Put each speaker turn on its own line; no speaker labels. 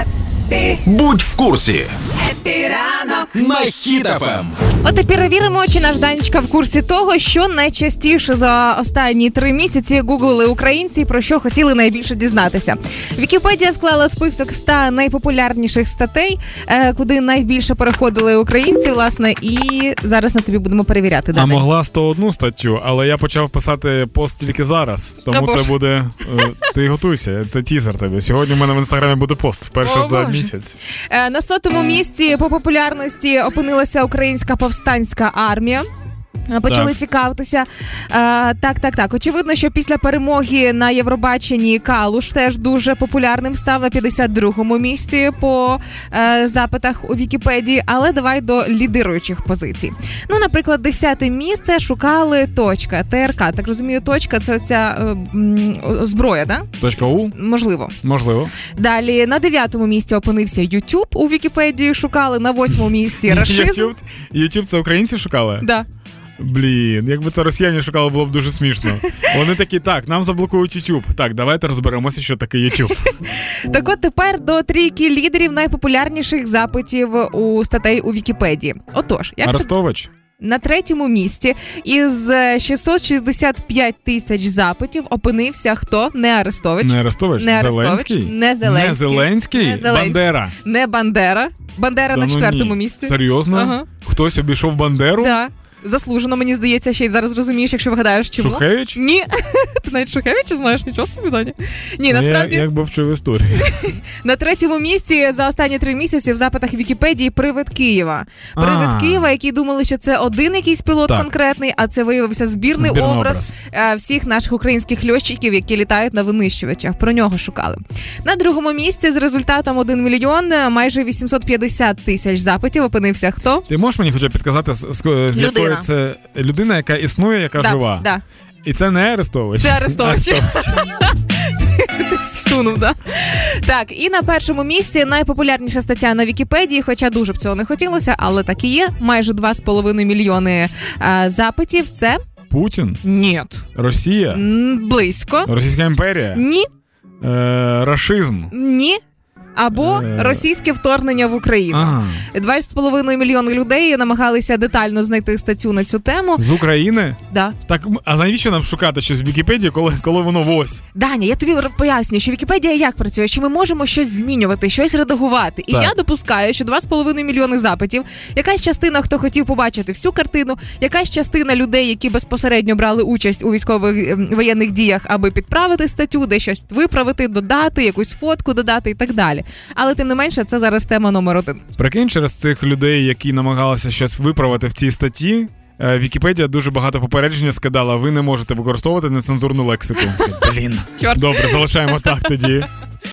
Епі,
Будь в курсі
епі ранок.
на Ем. хітафем.
От і перевіримо, чи наш Данечка в курсі того, що найчастіше за останні три місяці гуглили українці, про що хотіли найбільше дізнатися. Вікіпедія склала список 100 найпопулярніших статей, е, куди найбільше переходили українці, власне, і зараз на тобі будемо перевіряти.
А
Дане.
могла 101 статтю, але я почав писати пост тільки зараз. Тому
Та
це
боже.
буде. е, Ти готуйся, це тізер тобі. Сьогодні в мене в інстаграмі буде пост вперше
О,
за
Боже.
місяць.
Е, На сотому місці по популярності опинилася українська повстанська армія. Е, Почали
Так.
цікавитися. Е, так, так, так. Очевидно, що після перемоги на Євробаченні Калуш теж дуже популярним став на 52-му місці по е, запитах у Вікіпедії. Але давай до лідируючих позицій. Ну, наприклад, 10-те місце шукали точка ТРК. Так розумію, точка це ця е, м, зброя, да?
Точка У,
Можливо.
можливо.
Далі на дев'ятому місці опинився YouTube у Вікіпедії. Шукали на восьмому місці рашизм.
YouTube, YouTube це українці шукали?
Да.
Блін, якби це росіяни шукали, було б дуже смішно. Вони такі, так, нам заблокують YouTube. Так, давайте розберемося, що таке YouTube.
Так от тепер до трійки лідерів найпопулярніших запитів у статей у Вікіпедії. Отож, як тобі-
Арестович?
на третьому місці із е, 665 тисяч запитів опинився хто? Не Арестович,
Не Арестович?
Не Арестович,
Зеленський?
не Зеленський.
Не Зеленський?
Не Зеленський.
Бандера.
не Бандера. Бандера
Та
на
ну
четвертому
ні.
місці.
Серйозно?
Ага.
Хтось обійшов Бандеру?
Да. Заслужено, мені здається, ще й зараз розумієш, якщо вигадаєш, чому.
Шухевич?
Ні, ти навіть Шухевича знаєш нічого собі, Даня. Ні,
Ну, я
насправді
якби вчив історію.
на третьому місці за останні три місяці в запитах Вікіпедії привид Києва. Привид
А.
Києва, які думали, що це один якийсь пілот
Так.
конкретний, а це виявився збірний,
Збірний
образ,
образ.
е, всіх наших українських льотчиків, які літають на винищувачах. Про нього шукали. На другому місці з результатом 1 мільйон е, майже 850 тисяч запитів опинився хто?
Ти можеш мені хоча б підказати, з, з,
Людина.
з якої це людина, яка існує, яка
да,
жива.
да.
І це не Арестович.
Це Арестович.
Арестович.
Десь всунув, да? Так, і на першому місці найпопулярніша стаття на Вікіпедії, хоча дуже б цього не хотілося, але так і є. Майже 2,5 мільйони е, запитів. Це
Путін,
ні.
Росія,
М, Близько.
Російська імперія,
Ні,
е, рашизм.
ні. Або
Е.
російське вторгнення в Україну.
А,
2,5 мільйони людей намагалися детально знайти статтю на цю тему.
з України.
Да.
Так, м- а навіщо нам шукати щось в Вікіпедії, коли, коли воно ось?
Даня, я тобі пояснюю, що Вікіпедія як працює, що ми можемо щось змінювати, щось редагувати. І
Так.
я допускаю, що 2,5 мільйони запитів, якась частина, хто хотів побачити всю картину, якась частина людей, які безпосередньо брали участь у військових ем, воєнних діях, аби підправити статтю, де щось виправити, додати, якусь фотку додати і так далі. Але тим не менше, це зараз тема номер один.
Прикинь, через цих людей, які намагалися щось виправити в цій статті. е, Вікіпедія дуже багато попередження скидала. Ви не можете використовувати нецензурну лексику. Блін,
Чорт.
добре, залишаємо так тоді.